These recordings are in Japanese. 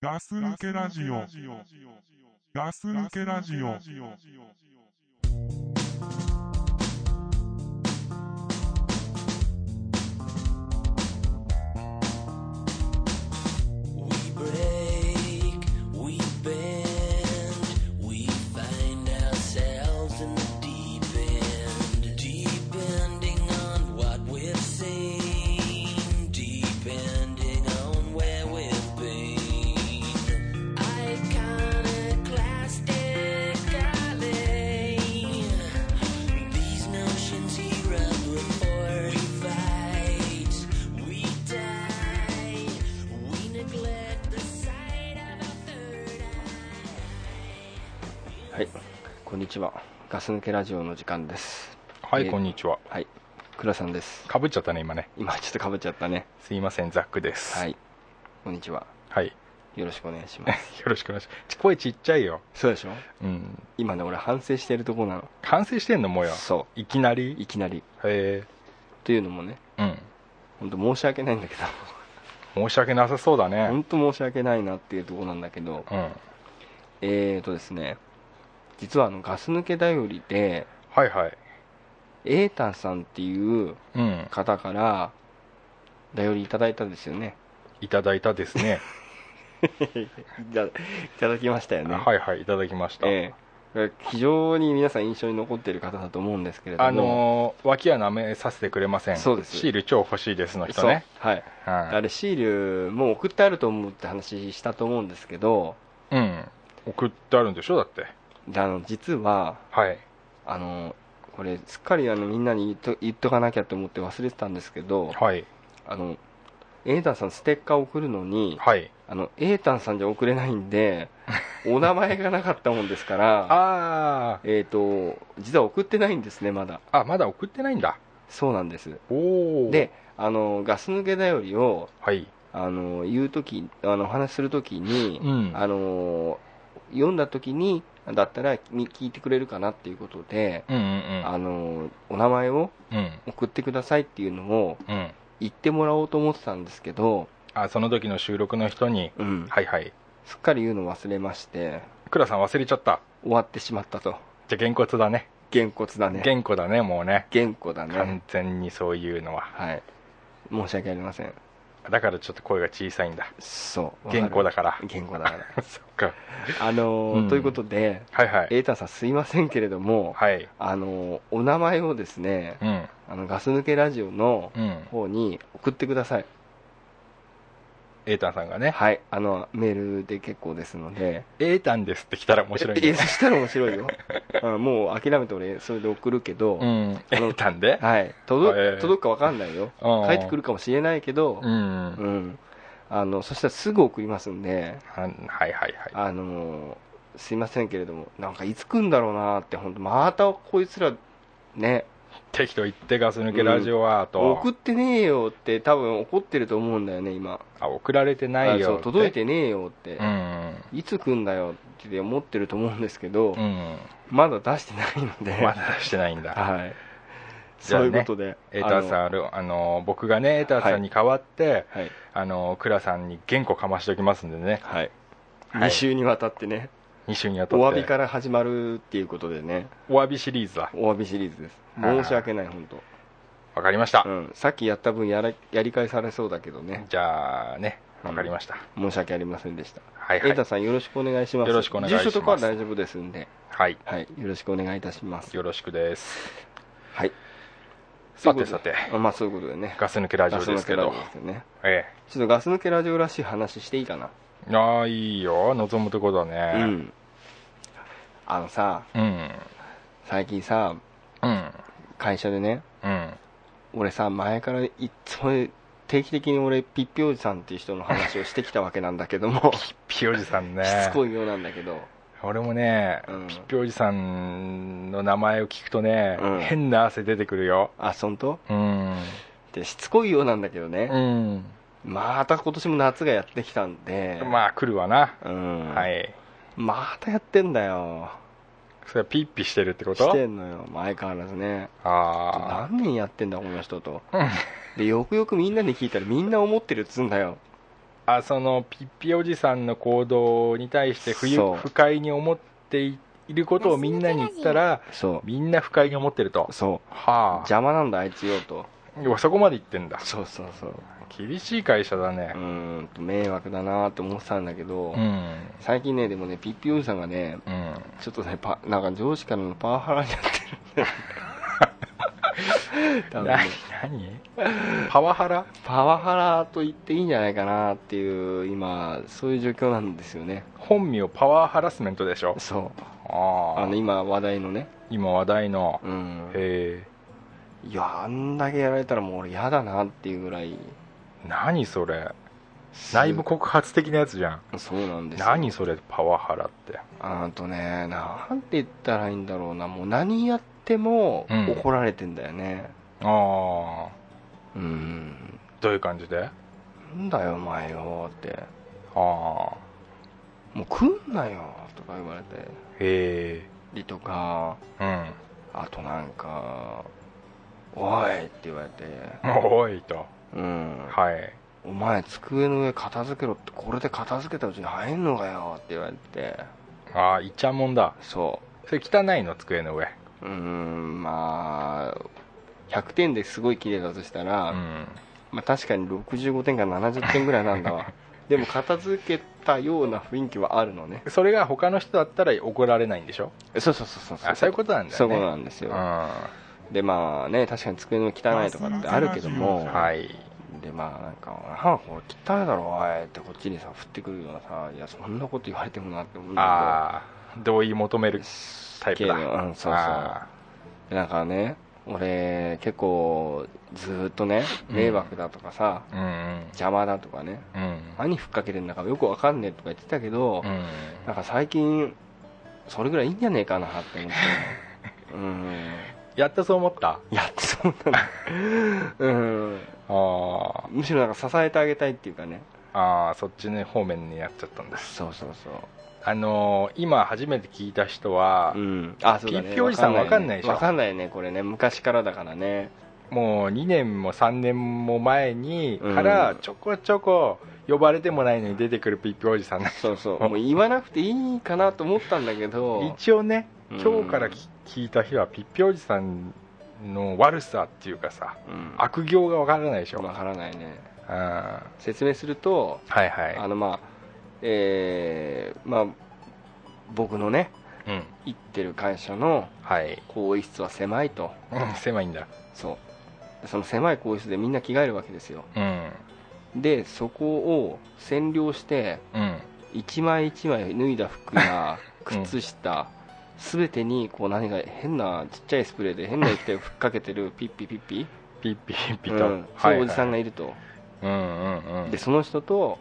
ガス抜けラジオ。ガス抜けラジオ。 We break, we bend, we find ourselves in the deep end. Depending on what we've seen, depending on where we've been. Iconoclastic golly. These notions here run with forty fights. We die, we neglect the sight of our third eye. はい、こんにちは。ガス抜けラジオの時間です。はえい、ーこんにちは。はい、倉さんです。かぶっちゃったね、今ね。今ちょっとかぶっちゃったね。すいません、ザックです。ははい。い、こんにちは。よよろしくお願いします。ろしくお願いします。ち声ちっちゃいよ。そうでしょうん。今ね、俺反省してるとこなの。完成してんの、もうよ。そいきなう、いり。きなり。へというのもね、え。うん。本当申し訳ないんだけど、申し訳なさそうだね。本当申し訳ないなっていうとこなんだけど、うん。はいえーとですね、実はあのガス抜け頼りで、はい。エータンさんっていううん。方から、頼りいただいたんですよね。いただいたですね。いたいただきましたよ ね。はいはい、いただきました。ええ非常に皆さん印象に残っている方だと思うんですけれども、あのー、脇は舐めさせてくれません。そうですシール超欲しいですの人そうね。はい、あはれシールもう送ってあると思うって話したと思うんですけど、い。うん。送ってあるんでしょ、だって。であの実ははい。あのこれすっかりあのみんなに言っと言っとかなきゃと思って忘れてたんですけど、はい。あのエータンさんステッカー送るのに、はい。あのエータンさんじゃ送れないん で、お名前がなかったもんですから。あー。えー、と実は送ってないんですね、まだ、あ、まだ送ってないんだ。そうなんです、おー。であのガス抜けだよりをはい。あの言う時あのお話しするときに、うん。あの読んだときにだったらみ聞いてくれるかなっていうことで、うんうんあのお名前をうんうん送ってくださいっていうのをうん言ってもらおうと思ってたんですけど、あその時の収録の人にうんはいはいすっかり言うの忘れまして倉さん忘れちゃった終わってしまったとじゃあげんこつだねげんこつだねげんこだねもうねげんこだね完全にそういうのははい申し訳ありませんだからちょっと声が小さいんだそうげんこだかからげんこだからそっかあのーうんということではいはい瑛太さんすいませんけれども、はいあのお名前をですねうんあのガス抜けラジオのうん方に送ってくださいエータンさんがねはいあのメールで結構ですのでエータンですって来たら面白いええねそしたら面白 いよあもう諦めて俺それで送るけど、うんエータンではい届,、ええ届くか分かんないようん帰ってくるかもしれないけどう、うんんあのそしたらすぐ送りますんでははいはいはあのすいませんけれどもなんかいつ来んだろうなって本当またこいつらねい適当言ってガス抜けラジオはと送ってねえよって多分怒ってると思うんだよね今あ送られてないあそよう届いってねえよってう、んいつ来んだよって思ってると思うんですけど、うんまだ出してないので、 まだ出してないんだはい、じそゃあうねいうことで、エーターさんあるあの僕がねエーターさんに代わって、あのはいあの倉さんに原稿かましておきますんでねはいはい2週にわたってね、 2週にわたおって詫びから始まるっていうことでね、お詫びシリーズだお詫びシリーズです、はい申し訳ない、本当、わかりました、うん、さっきやった分やら、やり返されそうだけどね、じゃあねわかりました、申し訳ありませんでした、はいエはータい、さん、よろしくお願いします、よろしくお願いします住所とかは大丈夫ですんで、はい、はい、よろしくお願いいたします。よろしくですはい、さてさてあまあ、そういうことでね、ガス抜けラジオですけガス抜どけラジオですよねえちょっとガス抜けラジオらしい話していいかな、えああいいよ望むとこだうねんあのさうん最近さうん会社でねうん俺さ前からいっつも定期的に俺ピッピおじさんっていう人の話をしてきたわけなんだけど もしピおじさんねつこいようなんだけど俺もね、うんピッピおじさんの名前を聞くとね、うん変な汗出てくるよあそんとうんでしつこいようなんだけどね、うんまた今年も夏がやってきたんでまあ来るわな、うんはいまたやってんだよそれはピッピしてるってことしてんのよ相変わらずねあ何年やってんだこの人とあうんでよくよくみんなに聞いたらみんな思ってるっつうんだよあそのピッピおじさんの行動に対して不そう不快に思っていることをみんなに言ったらそみんな不快に思ってるとうそはう邪魔なんだあいつよとあうわそこまで言ってんだそうそうそう厳しい会社だねうーんと迷惑だなと思ってたんだけど、うん最近ねでもねピッピおじさんがねうんちょっとねパなんか上司からのパワハラにな ってるんだよね多分ね何何パワハラパワハラと言っていいんじゃないかなっていう今そういう状況なんですよね本名パワーハラスメントでしょそうあああの今話題のね今話題のうんへいやあんだけやられたらもう俺嫌だなっていうぐらいえ何それ内部告発的なやつじゃんそうなんですよ何それパワハラってあとねなんて言ったらいいんだろうなもう何やってもうん怒られてんだよねああうん、どういう感じであなんだよお前よってあもう来んなよとか言われてへりとかえあとなんか「おい!」って言われてうん おいと「うん、はいお前机の上片付けろってこれで片付けたうちに入んのかよ」って言われてああいちゃもんだそそれ汚いの机の上ううーんまあ100点ですごい綺麗だとしたら、うんまあ、確かに65点か70点ぐらいなんだ わでも片付けたような雰囲気はあるのねそれが他の人だったら怒られないんでしょそうそうそうそうあそういうことなんだよねそういうことなんですうよん、はでまあね確かに机の汚いとかってあるけども、いでまあなんか「あこれ汚いだろおい」ってこっちにさ振ってくるようなさ「いやそんなこと言われてもな」って思うんだああ同意求めけるどタイプだすっげえのうんそうそうあでなんかね俺結構ずーっとねうん迷惑だとかさ、あうん邪魔だとかねうんうん何ふっかけてんだかよくわかんねえとか言ってたけど、うんなんか最近それぐらいいいんじゃねえかなって思ってうんやっとそう思ったいやそうなんだ、うん、あむしろなんか支えてあげたいっていうかねあああそっちの方面にやっちゃったんですそうそうそあのー今初めて聞いた人はう、うん、あそうだね PP おじさんわかんないでしょわかんないねこれね昔からだからねもう2年も3年も前にうんからちょこちょこ呼ばれてもないのに出てくるピッピおじさんねそうそうもう言わなくていいかなと思ったんだけど一応ねうん今日からき聞いた日はピッピおじさんの悪さっていうかさうん悪行がわからないでしょ、うん、わはからないねいは説明するとあいのまあえーまあ僕のねうん行ってる会社のはい、更衣室は狭いとうん、狭いんだそうその狭い更衣室でみんな着替えるわけですようんでそこを占領してうん一枚一枚脱いだ服 や靴下、すべてにこう何か変なちっちゃいスプレーで変な液 体をふっかけてるピッピピッピピッピッピうと、ん、そういうおじさんがいると、うんうんうんでその人と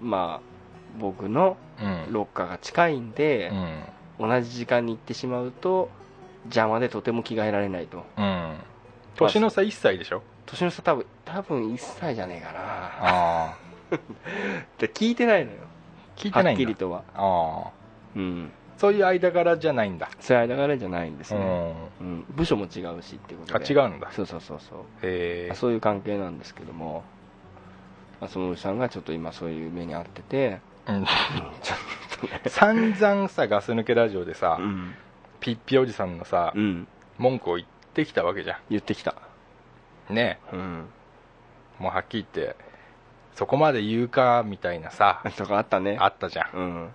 まあ僕のうんロッカーが近いんでう、ん同じ時間に行ってしまうと邪魔でとても着替えられないとうん年の差1歳でしょ年の差多分多分1歳じゃねえかなああって聞いてないのよ聞いてはないっんきだりとはああうんそういう間柄じゃないんだ、それ間柄じゃないんですうんね、うん部署も違うしっていうことあで違うんだそうそうそうそう、へえそういう関係なんですけども、まあ、そのおじさんがちょっと今そういう目に遭ってて、 うんちょ散々さガス抜けラジオでさ、うんピッピおじさんのさ、うん、文句を言ってきたわけじゃ言ってきた、んねうん、もうはっきり言ってそこまで言うかみたいな さとかあったねあったじゃうん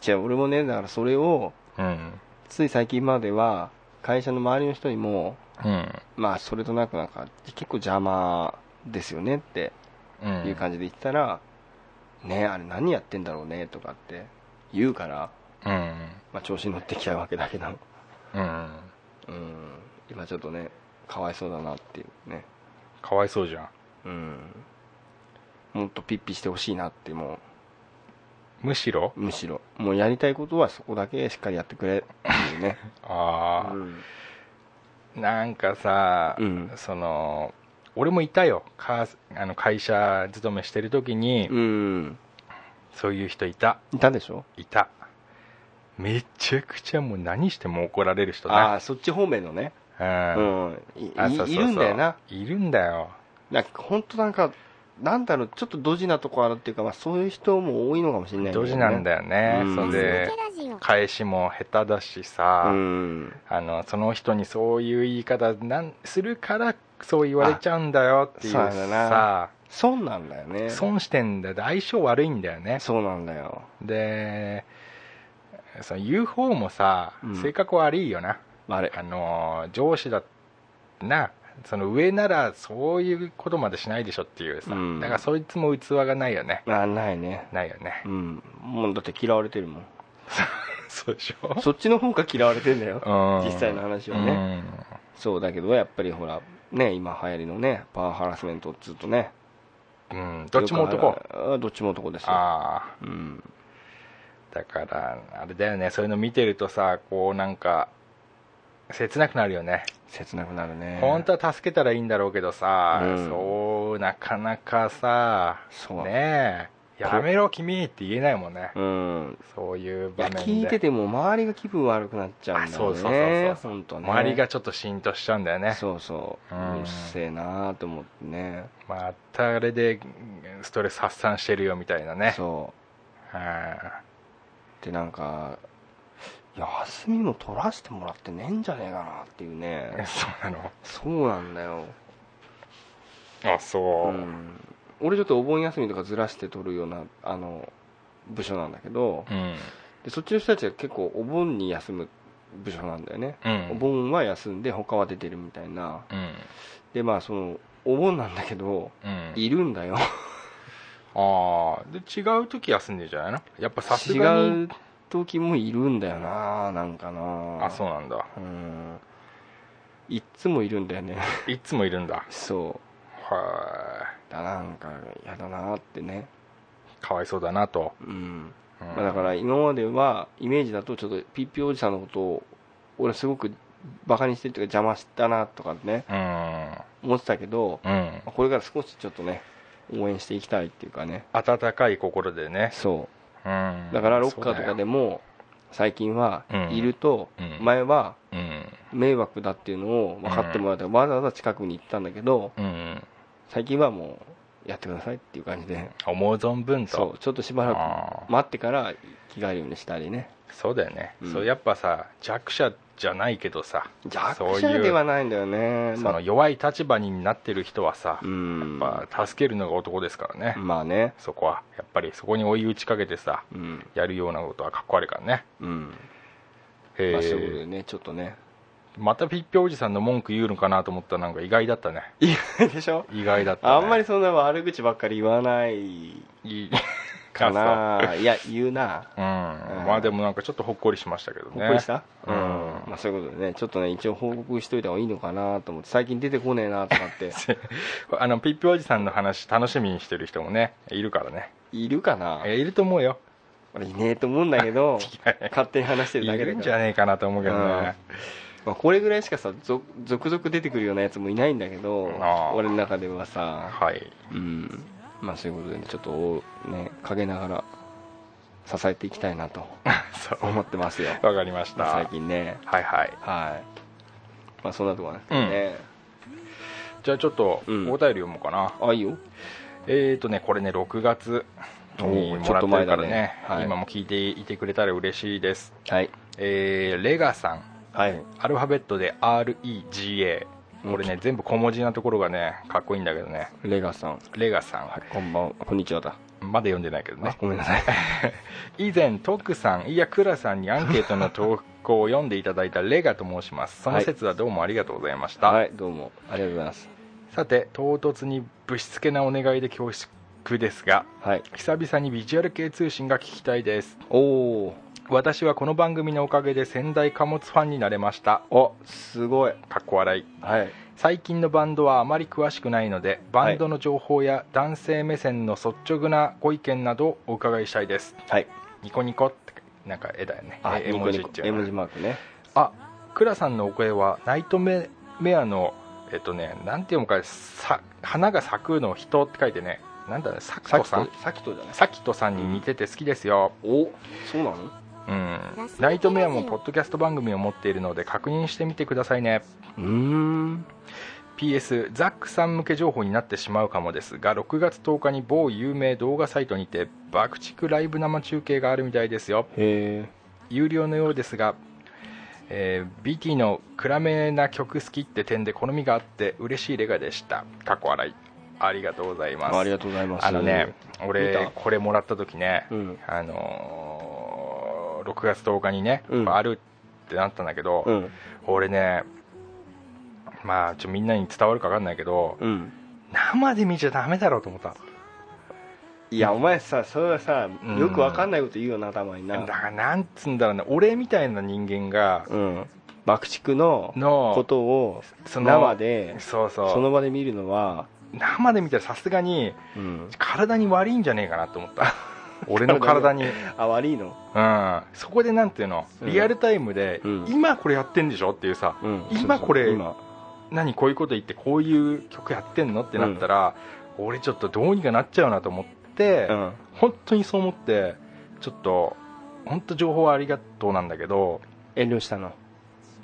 じゃあ俺もねだからそれをんうんつい最近までは会社の周りの人にもうんまあそれとなくなんか結構邪魔ですよねってうんいう感じで言ってたら、ねあれ何やってんだろうねとかって言うから、うんまあ、調子に乗ってきたわけだけど、うんうん、今ちょっとねかわいそうだなっていうね、かわいそうじゃんうん、もっとピッピしてほしいなってもむしろうむしろもうやりたいことはそこだけしっかりやってくれっていうね、ああ、うんなんかさ、うんその俺もいたよかあの会社勤めしてる時に、うん、そういう人いたいたでしょいためちゃくちゃもう何しても怒られる人ねああそっち方面のね、ううんんいあそうそうそういるんだよないるんだよなんか本当なんかなんだろう、ちょっとドジなとこあるっていうか、まあ、そういう人も多いのかもしれない、ドジなんよ。だよね、うんそれで返しも下手だしさ、うん。あのその人にそういう言い方なんするからそう言われちゃうんだよっていうあそうだなさ損なんだよね。損してんだよ相性悪いんだよねそうなんだよ。でその言う方もさ、うん性格悪いよなあれ。あの上司だなその上ならそういうことまでしないでしょっていうさ、うんだからそいつも器がないよねあ、ないね。ないよねうん。もうだって嫌われてるもん。 そうでしょそっちの方が嫌われてんだよ。うん実際の話はねうんそうだけど、やっぱりほら、ね、今流行りのね、パワーハラスメントっつうとね。うんどっちも男よくある。あどっちも男ですよ。ああうん。だからあれだよねそういうの見てるとさこうなんか切なくなるよね、切なくなるね。本当は助けたらいいんだろうけどさ、うんそうなかなかさそうねえやめろ君って言えないもんね、うん。そういういや場面で聞いてても周りが気分悪くなっちゃうんだよあそうそうそうそねう本当ね周りがちょっと浸透しちゃうんだよねそうそううんうるせえなあと思ってねまたあれでストレス発散してるよみたいなねそはうでなんか休みも取らせてもらってねえんじゃねえかなっていうい ねそうなのそうなんだよ、あそうう、うんん、俺ちょっとお盆休みとかずらして取るようなあの部署なんだけどでそっちの人たちは結構お盆に休む部署なんだよね、うんお盆は休んで他は出てるみたいなうんでまあそのお盆なんだけどうんいるんだよああで違う時休んでるんじゃないのやっぱさすがに違う時もいるんだよななんかなあそうなんだうんいっつもいるんだよね いつもいるんだそはうだなんかやだなってねいかわいそうだなと、うん、うんまあだから今まではイメージだとちょっとピッピおじさんのことを俺すごくバカにしてるというか邪魔したなとかね思ってたけどうんうんこれから少しちょっとね応援していきたいっていうかね温かい心でね、そうんう、だからロッカーとかでも最近はうんいるとうん前はそうだよ迷惑だっていうのを分かってもらって、わざわざ近くに行ったんだけどうん、うん、最近はもうやってくださいっていう感じで、思う存分とそうちょっとしばらあーく待ってから着替えるようにしたりねそうだよね、うんそうやっぱさ弱者じゃないけどさ弱者ではないんだよねそういうそまのあ弱い立場になってる人はさう、んやっぱ助けるのが男ですからね、まあねそこはやっぱりそこに追い打ちかけてさうんやるようなことはかっこ悪いからねうん、へまあ、そういうことえでねちょっとね またピッピおじさんの文句言うのかなと思ったらなんか意外だったね意外でしょ意外だった、ね、あんまりそんな悪口ばっかり言わない りかないや言うなうん、まあでもなんかちょっとほっこりしましたけどねほっこりした、うんまあ、そういうことでねちょっとね一応報告しといた方がいいのかなと思って最近出てこねえなとかって あのピッピおじさんの話楽しみにしてる人もねいるからねいるかないやいると思うよ俺いねえと思うんだけ ど勝手に話しているだけだるんかじゃら、ねえかなと思うけどね、まあ、これぐらいしかさぞ続々出てくるようなやつもいないんだけどあー俺の中ではさはいうんまあそういうことでねちょっとね陰ながら支えていきたいな とそう思ってますよわかりました最近ねはいはいはいまあそんなとこなんですけどね、じゃあちょっとおうん便り読もうかな、あいいよえーとねこれね6月におーもらってるからちょっと前だねねはい今も聞いていてくれたら嬉しいですはいえーレガさんはいアルファベットで REGA これね全部小文字なところがねかっこいいんだけどねレガさん、レガさん、はい、こんばんはこんにちはだまだ読んでないけどねあごめんなさい以前トクさんいやクラさんにアンケートの投稿を読んでいただいたレガと申しますその説はどうもありがとうございました、 はいどうもありがとうございますさて唐突にぶしつけなお願いで恐縮ですがはい久々にビジュアル系通信が聞きたいですおお私はこの番組のおかげで仙台貨物ファンになれましたあすごいかっこ笑いはい最近のバンドはあまり詳しくないのでバンドの情報や男性目線の率直なご意見などお伺いしたいですはいニコニコってなんか絵だよねあ絵ニ絵コ文字ニっコてい絵うの文字マークねあクラさんのお声はナイトメメアのえっとねなんて読むかさ花が咲くの人って書いてねなんだろうサキさトきさんとさきとじゃないサキトさんに似てて好きですよおそうなのうんナイトメアもポッドキャスト番組を持っているので確認してみてくださいねうーん PS ザックさん向け情報になってしまうかもですが6月10日に某有名動画サイトにて爆竹ライブ生中継があるみたいですよへ有料のようですが、えー BT の暗めな曲好きって点で好みがあって嬉しいレガでした過去笑いありがとうございますあありがとうございますあのね見俺たこれもらった時ね、うんあのー6月10日にね、うんあるってなったんだけど、うん俺ねまあちょみんなに伝わるか分かんないけど、うん生で見ちゃダメだろうと思ったいやお前さそれはさうんよくわかんないこと言うよなたまになだからなんつうんだろうね俺みたいな人間がうん爆竹ののことをその生でそうそうその場で見るのは生で見たらさすがにうん体に悪いんじゃねえかなと思った 俺の体に、あ悪いのうん、そこでなんていうのうんリアルタイムで、うん今これやってんでしょっていうさうん今これ今何こういうこと言ってこういう曲やってんのってなったら、俺ちょっとどうにかなっちゃうなと思って、うん本当にそう思ってちょっと本当情報はありがとうなんだけど遠慮したの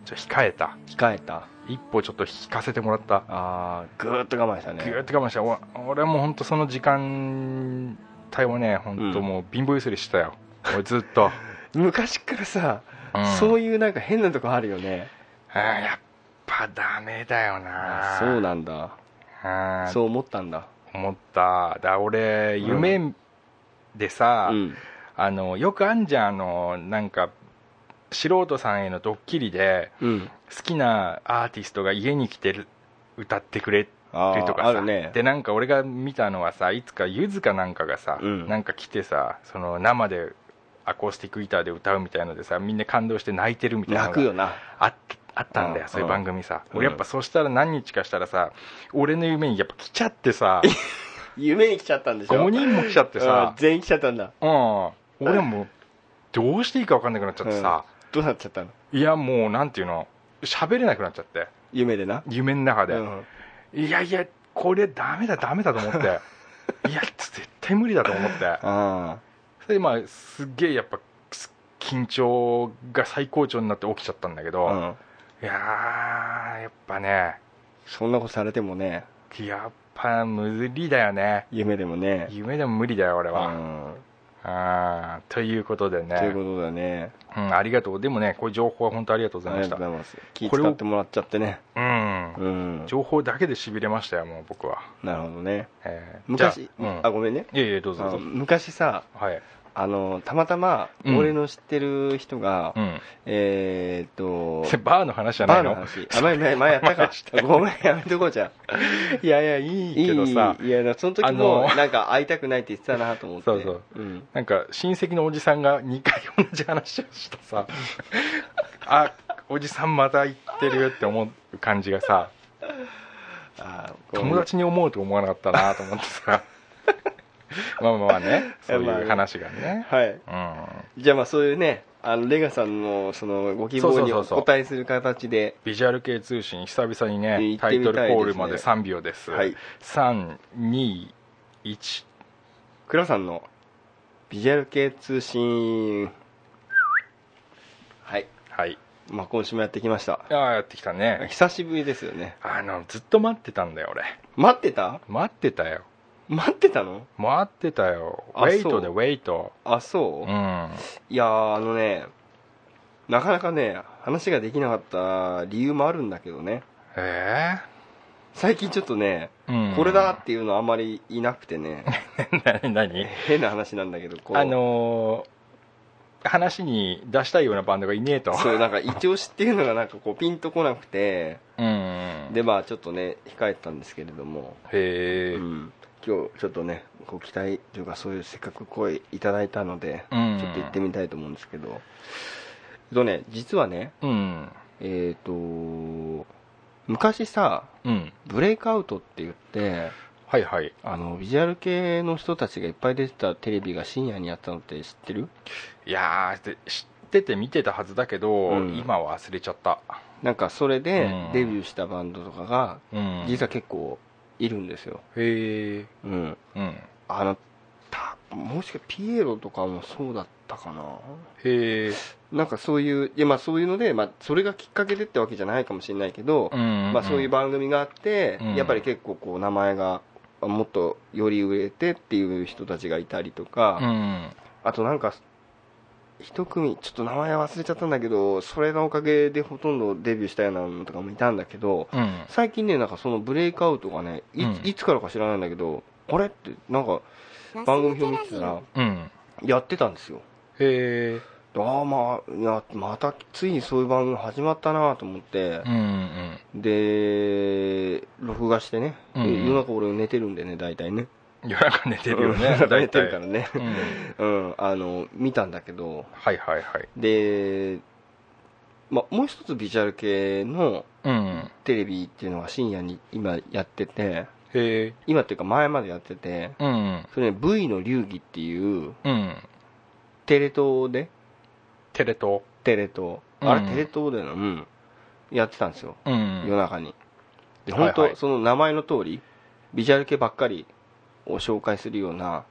ちょっと控えた控えた一歩ちょっと引かせてもらったあーぐーっと我慢したねぐーっと我慢したお俺はもう本当その時間帯をね本当うんもう貧乏ゆすりしてたよ、俺ずっと、 昔からさ、うんそういうなんか変なとこあるよねあーやっぱダメだよなそうなんだあーそう思ったんだ思っただ俺うん夢でさ、うんあのよくあんじゃんあのなんか素人さんへのドッキリでうん好きなアーティストが家に来てる歌ってくれてあるとーかあさ、るねでなんか俺が見たのはさいつかゆずかなんかがさ、うんなんか来てさその生でアコースティックギターで歌うみたいのでさみんな感動して泣いてるみたいな泣のくがよなあっあったんだよ、うんそういう番組さ、うん俺やっぱそうしたら何日かしたらさ俺の夢にやっぱ来ちゃってさ夢に来ちゃったんでしょ5人も来ちゃってうんさ、全員来ちゃったんだうん、俺はもうどうしていいか分かんなくなっちゃってさ、どうなっちゃったのいやもうなんていうの喋れなくなっちゃって夢でな夢の中で、うんいやいやこれダメだダメだ と思っていや絶対無理だと思ってあそれでまあすっげえやっぱす緊張が最高潮になって起きちゃったんだけど、あいうんやーやっぱねそんなことされてもねやっぱ無理だよね夢でもね夢でも無理だよ俺うは、んあーということでねということだねうん、ありがとうでもねこういう情報は本当ありがとうごあざいりまがとしたうございます気これを使ってもらっちゃってねうんうん情報だけでしびれましたよもう僕は、なるほどねえー昔じゃあ,、うん、あごめんねいえいえどうぞどうあぞ昔さはい、あのたまたまうん俺の知ってる人が、うん、えーっとそれ バーの話じゃなバーいのの話あ前前前やっ たかごめんやめとこうじゃんいやいやいいけどさいいいやその時あのもなんか会いたくないって言ってたなと思ってそうそう、うん、なんか親戚のおじさんが2回同じ話をしたさあおじさんまた行ってるよって思う感じがさあー友達に思うと思わなかったなと思って さまあまあまあねそういう話がね、はいうん、じゃあまあそういうねあのレガさんのそのご希望にそうそうおそうそう答えする形でビジュアル系通信久々にえね行っタてイみトたいですルねコールまで3秒です、はい321倉さんのビジュアル系通信はい、はいまあ、今週もやってきましたああやってきたね久しぶりですよねあのずっと待ってたんだよ俺待ってた待ってたよ待ってたの待ってたよウあェイトでそウうェイトあそうう、んいやーあのねなかなかね話ができなかった理由もあるんだけどねえ最近ちょっとね、えうんこれ だっていうのあんまりいなくてね何何変な話なんだけどこうあのー話に出したいようなバンドがいねえとそうなんか一押しっていうのがなんかこうピンとこなくてうんでまあちょっとね控えてたんですけれども、へえううんん、今日ちょっとねご期待というかそういうせっかく声いただいたので、ちょっと行ってみたいと思うんですけどえっとね実はねうんえっ、と昔さうんブレイクアウトって言ってはいはいあのビジュアル系の人たちがいっぱい出てたテレビが深夜にやったのって知ってるいやーで知ってて見てたはずだけど、うん今は忘れちゃった、なんかそれでうんデビューしたバンドとかがうん、実は結構いるんですよ、へえうん、うんあのたもしかピエロとかもそうだったかなへえなんかそういういやまあそういうので、まあ、それがきっかけでってわけじゃないかもしれないけど、んまあ、そういう番組があって、うんやっぱり結構こう名前がもっとより売れてっていう人たちがいたりとか、うんあとなんか一組ちょっと名前忘れちゃったんだけどそれのおかげでほとんどデビューしたようなのとかもいたんだけどうん最近ねなんかそのブレイクアウトがねい,、うんいつからか知らないんだけどあれってなんか番組表見てたらうんやってたんですよへえああまあいやまたついにそういう番組始まったなと思ってう、んうんで録画してね、うんえ夜中俺寝てるんでね大体ね夜中寝てるようねん大寝てるから体ね、 うんうん、あの見たんだけどはいはいはいで、まあ、もう一つビジュアル系のうんテレビっていうのが深夜に今やっててへえ今っていうか前までやっててうんそれね V の流儀っていううんテレ東でテレ東テレ東あれ、うんテレ東でのうんやってたんですよ、うん夜中にではいは本い当、その名前の通りビジュアル系ばっかりを紹介するような、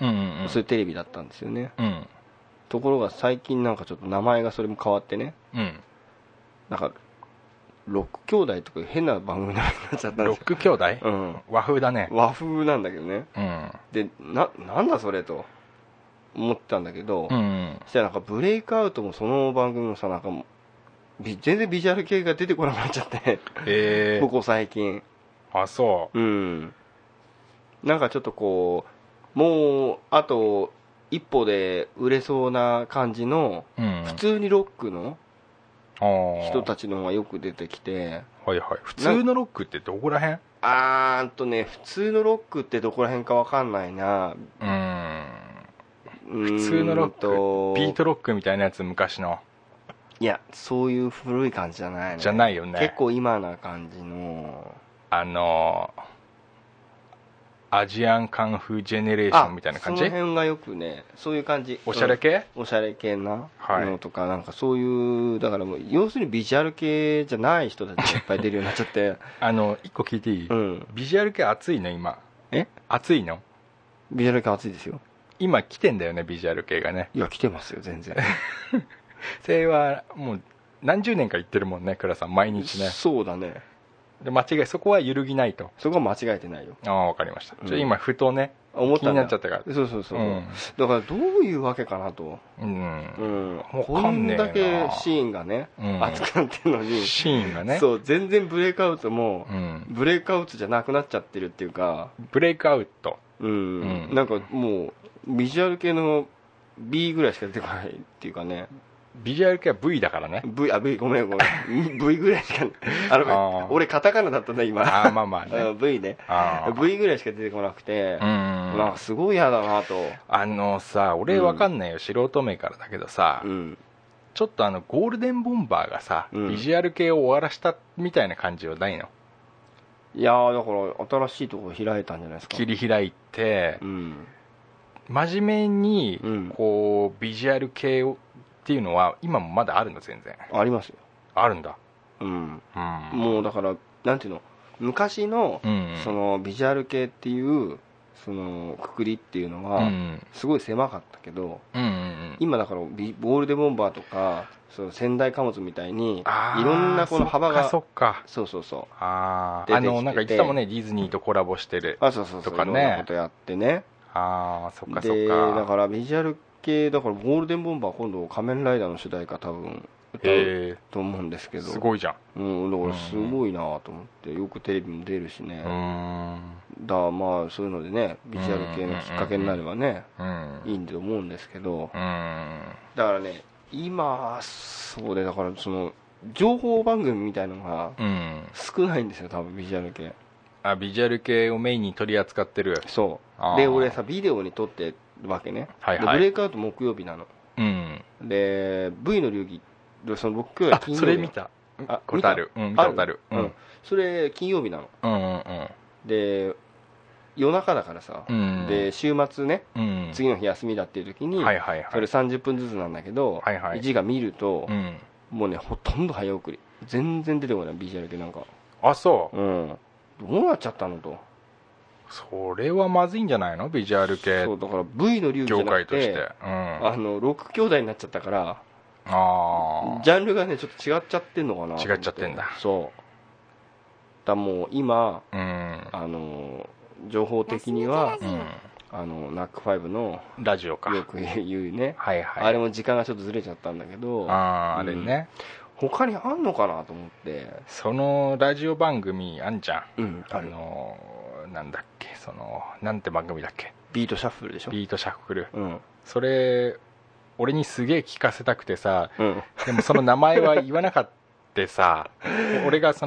うんうんそういうテレビだったんですよねうんところが最近なんかちょっと名前がそれも変わってねうんなんか六兄弟とかいう変な番組になっちゃったんロですック兄弟よ、うん、和風だね和風なんだけどねうんでななんだそれと思ってたんだけど、うんそしたらなんかブレイクアウトもその番組もさなんかもうび全然ビジュアル系が出てこなくなっちゃってへえここ最近あそうんなんかちょっとこうもうあと一歩で売れそうな感じのううん普通にロックの人人たちの方がよく出てきてはいはい普通のロックってどこら辺あーんとね普通のロックってどこら辺かわかんないなうん普普通のロックビートロックみたいなやつ昔のいやそういう古い感じじゃないねじゃないよね結構今な感じのあのーアジアンカンフージェネレーションみたいな感じその辺がよくねそういう感じおしゃれ系うんおしゃれ系なはいのとか、なんかそういうだからもう要するにビジュアル系じゃない人た ちがいっぱい出るようになっちゃってあの一個聞いていい、うんビジュアル系熱いの今え熱いのビジュアル系熱いですよ今来てんだよねビジュアル系がねいや来てますよ全然それはもう何十年か言ってるもんね倉さん毎日ねそうだねで間違いそこは揺るぎないとそこは間違えてないよああ分かりました、うんちょ今ふとね思ったんだ気になっちゃったからそうそうそう、うんだからどういうわけかなと、うん、うん、わこかんんねえなだけシーンがね、うん熱くなってるのに、シーンがねそう全然ブレイクアウトも、うん、ブレイクアウトじゃなくなっちゃってるっていうか、ブレイクアウトうんうんなんかもうビジュアル系の B ぐらいしか出てこないっていうかねビジュアル系は V だからね V あ V ごめんごめん V ぐらいしかあのあー俺カタカナだったんだ今ああまあまあね うん V ねああ V ぐらいしか出てこなくて、うんなんかすごい嫌だなと、あのさ俺わかんないよ、素人目からだけどさ、うん、ちょっとあのゴールデンボンバーがさ、うんビジュアル系を終わらしたみたいな感じはないのいやーだから新しいとこ開いたんじゃないですか切り開いてうん真面目にうんこうビジュアル系をっていうのは今もまだあるの全然ありますよ、あるんだうん、うんもうだからなんていうの昔の、うんそのビジュアル系っていうそのくくりっていうのうは、んすごい狭かったけどうんうん今だからビゴールデンボンバーとかその仙台貨物みたいにいあーろんなこの幅がそっかそうそうそうそっかあ出ーてきあててのなんか言ってたもんねディズニーとコラボしてるあそうそうそうとかねいろんなことやってねああそっかそっでだかからビジュアル系だからゴールデンボンバー今度仮面ライダーの主題歌多分歌うへえと思うんですけどすごいじゃんうん、だからすごいなと思ってよくテレビも出るしうね、ーんだからまあそういうのでねビジュアル系のきっかけになればね、うんいいんで思うんですけどうんだからね今そうでだからその情報番組みたいのがうん少ないんですよ多分ビジュアル系あビジュアル系をメインに取り扱ってるそあーうで俺さビデオに撮ってるわけね、はいはいでブレイクアウト木曜日なのうんで V の流儀でその僕は金曜日たあこれあるうん見見たたことあるうんそれ金曜日なのうんうんうんで夜中だからさ、うんで週末ねうん次の日休みだっていう時に、はいはいそはれい30分ずつなんだけど、はいはい1が見るとう、んもうねほとんど早送り全然出てこないビジュアル系なんかあそううんどうなっちゃったのとそれはまずいんじゃないのビジュアル系そうだから V の流じゃな業く界としててうんああの6兄弟になっちゃったからあジャンルがねちょっと違っちゃってんのかな違っちゃってんだそうだからもう今うん、あの情報的にはうあのナックファイブのん、ラジオかよく言うね、はいはいあれも時間がちょっとずれちゃったんだけどあーあれうんね、他にあんのかなと思ってそのラジオ番組あんじゃんうんあのーなんだっけそのなんて番組だっけビートシャッフルでしょビートシャッフルうんそれ俺にすげえ聞かせたくてさうんでもその名前は言わなかった さ俺がそ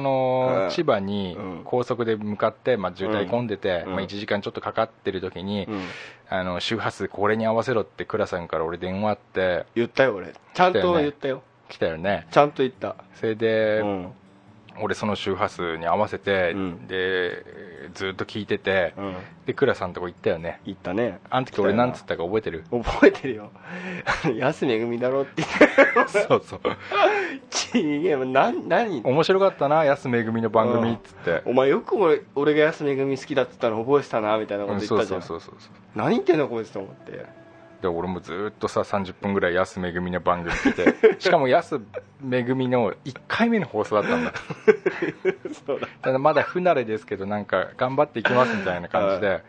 うのん千葉にうん高速で向かって、まあ、渋滞混んでて、うんまあ、1時間ちょっとかかってる時に、うんあの周波数これに合わせろって倉さんから俺電話あって言ったよ俺ちゃんとは言ったよ来たよねちゃんと言ったそれで、うん俺その周波数に合わせて、うんでずっと聞いててうんで倉さんとこ行ったよね言ったねあの時俺なんつったか覚えてる 覚えてるよあの安めぐみだろって言ってそうそうちげえ何何面白かったな安めぐみの番組っつってお前よく俺俺が安めぐみ好きだって言ったの覚えてたなみたいなことうん言っそうたじそゃうんそうそうそう何言ってんのこいつと思ってで俺もずーっとさ30分ぐらい安めぐみの番組見て しかも安めぐみの1回目の放送だったんだ そうだただまだ不慣れですけどなんか頑張っていきますみたいな感じで、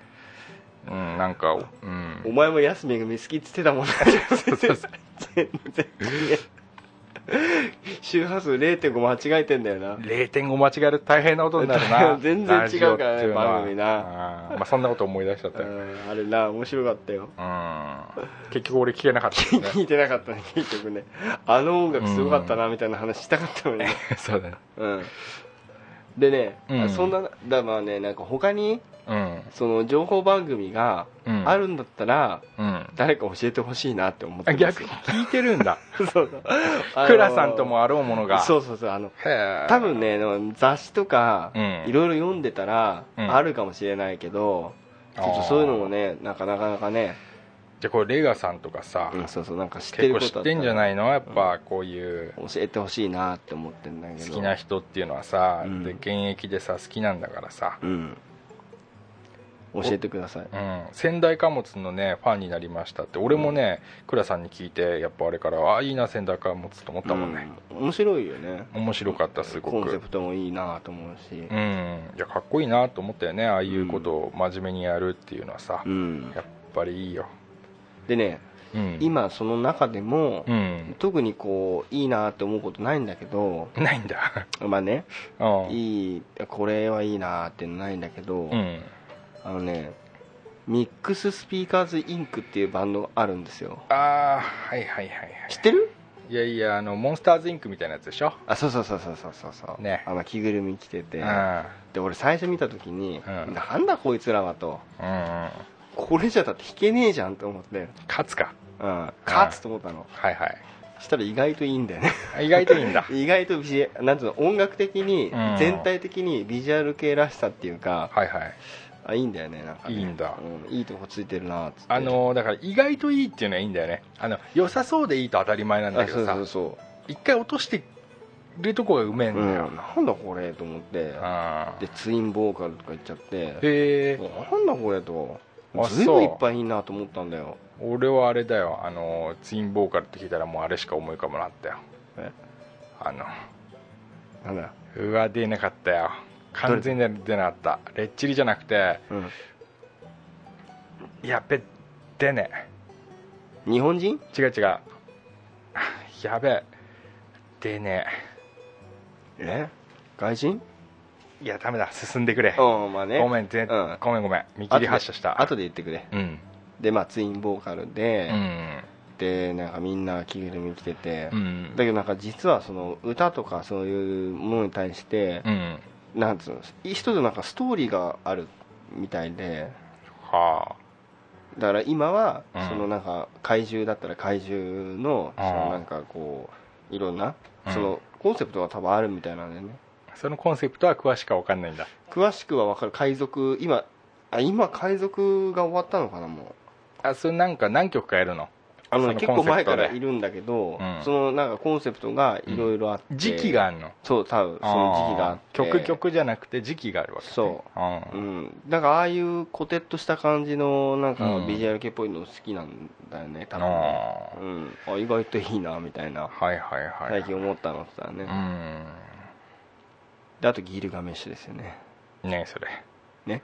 うんなんかうんお前も安めぐみ好きって言ってたもんねそうそうそう全然違う周波数0.5間違えてんだよな0.5間違えると大変なことになるな 全然違うからねラジオっていうのは番組なうんまあ、そんなこと思い出しちゃったうよ、んあれな面白かったようん、結局俺聞けなかったよ聞ねいてなかったね結局ねあの音楽すごかったなみたいな話したかったのにねそうだねうんでね、うんそんなだまあねなんか他にうんその情報番組がうんあるんだったら、うん誰か教えてほしいなって思ってあます逆に聞いてるんだ そうそうあの倉さんともあろうものがそうそうそうあのへえ多分ねでも雑誌とかうんいろいろ読んでたらうんあるかもしれないけど、あちーょっとそういうのもねなかなかなかね、じゃあこれレガさんとかさ、うん、そうそうなんか知って結る構こ知とってんじゃないいのやっぱこういう教えてほしいなって思ってんだけど好きな人っていうのはさ、うんで現役でさ好きなんだからさ、うん教えてくださいうん、仙台貨物のねファンになりましたって俺もね倉さんに聞いてやっぱあれからああいいな仙台貨物と思ったもんね、うん面白いよね面白かったすコごンセくプトもいいなと思うしうんいやかっこいいなと思ったよねああいうことを真面目にやるっていうのはさ、うんやっぱりいいよ、でねうん、今その中でもうん特にこういいなって思うことないんだけどないんだまあねう んいいこれはいいなってないんだけど、うんあのねミックススピーカーズインクっていうバンドがあるんですよああはいはいはいはい知ってるいやいやあのモンスターズインクみたいなやつでしょあそうそうそうそうそうそうそうねあの着ぐるみ着てて、うで俺最初見た時に、うんなんだこいつらはとんうんこれじゃだって弾けねえじゃんと思って、勝つかうん、勝つと思ったの、はいはいしたら意外といいんだよね あ意外といいんだ意外とビジなんつうの音楽的に、うん全体的にビジュアル系らしさっていうかはいはいあいいんだよねなんかねいいんだうん、いいとこついてるなっつってあのだから意外といいっていうのはいいんだよねあの良さそうでいいと当たり前なんだあけそどうそさうそう一回落としてるとこがうめえんだうん、よ、なんだこれと思ってうん、へでツインボーカルとか言っちゃってえなんだこれとあずいぶんいそうっぱいいいなと思ったんだよ俺はあれだよあのツインボーカルって聞いたらもうあれしか思い浮かばなかったよえあのなんだうわ出なかったよ完全に出なかったレッチリじゃなくてうんやっべ出ねえ日本人違う違う あやべえ出ねえ外人えいやダメだ進んでくれうんまあねごめんぜ、うんごめんごめん見切り発車した後で言ってくれうんでまあツインボーカルうで、んでなんかみんな着ぐるみ着てて、うんだけどなんか実はその歌とかそういうものに対してう、んなんつうの一つのなんかストーリーがあるみたいではだから今はうんそのなんか怪獣だったら怪獣のあそーのなんかこういろんなうんそのコンセプトが多分あるみたいなんでねあそのコンセプトは詳しくは分かんないんだ詳しくは分かる海賊今あ今海賊が終わったのかなもあそれなんか何曲かやるのうあのねその結構前かコンセプトらでいるんだけど、うんそのなんかコンセプトがいろいろあって、時期があるのそう多分その時期があって曲曲じゃなくて時期があるわけねそううんん、だからああいうコテッとした感じのなんかうんビジュアル系っぽいの好きなんだよね多あ分ね、うあん、あ意外といいなみたいなはいはいはい最近思ったのって言ったらね、であとギルガメッシュですよねうんねそれね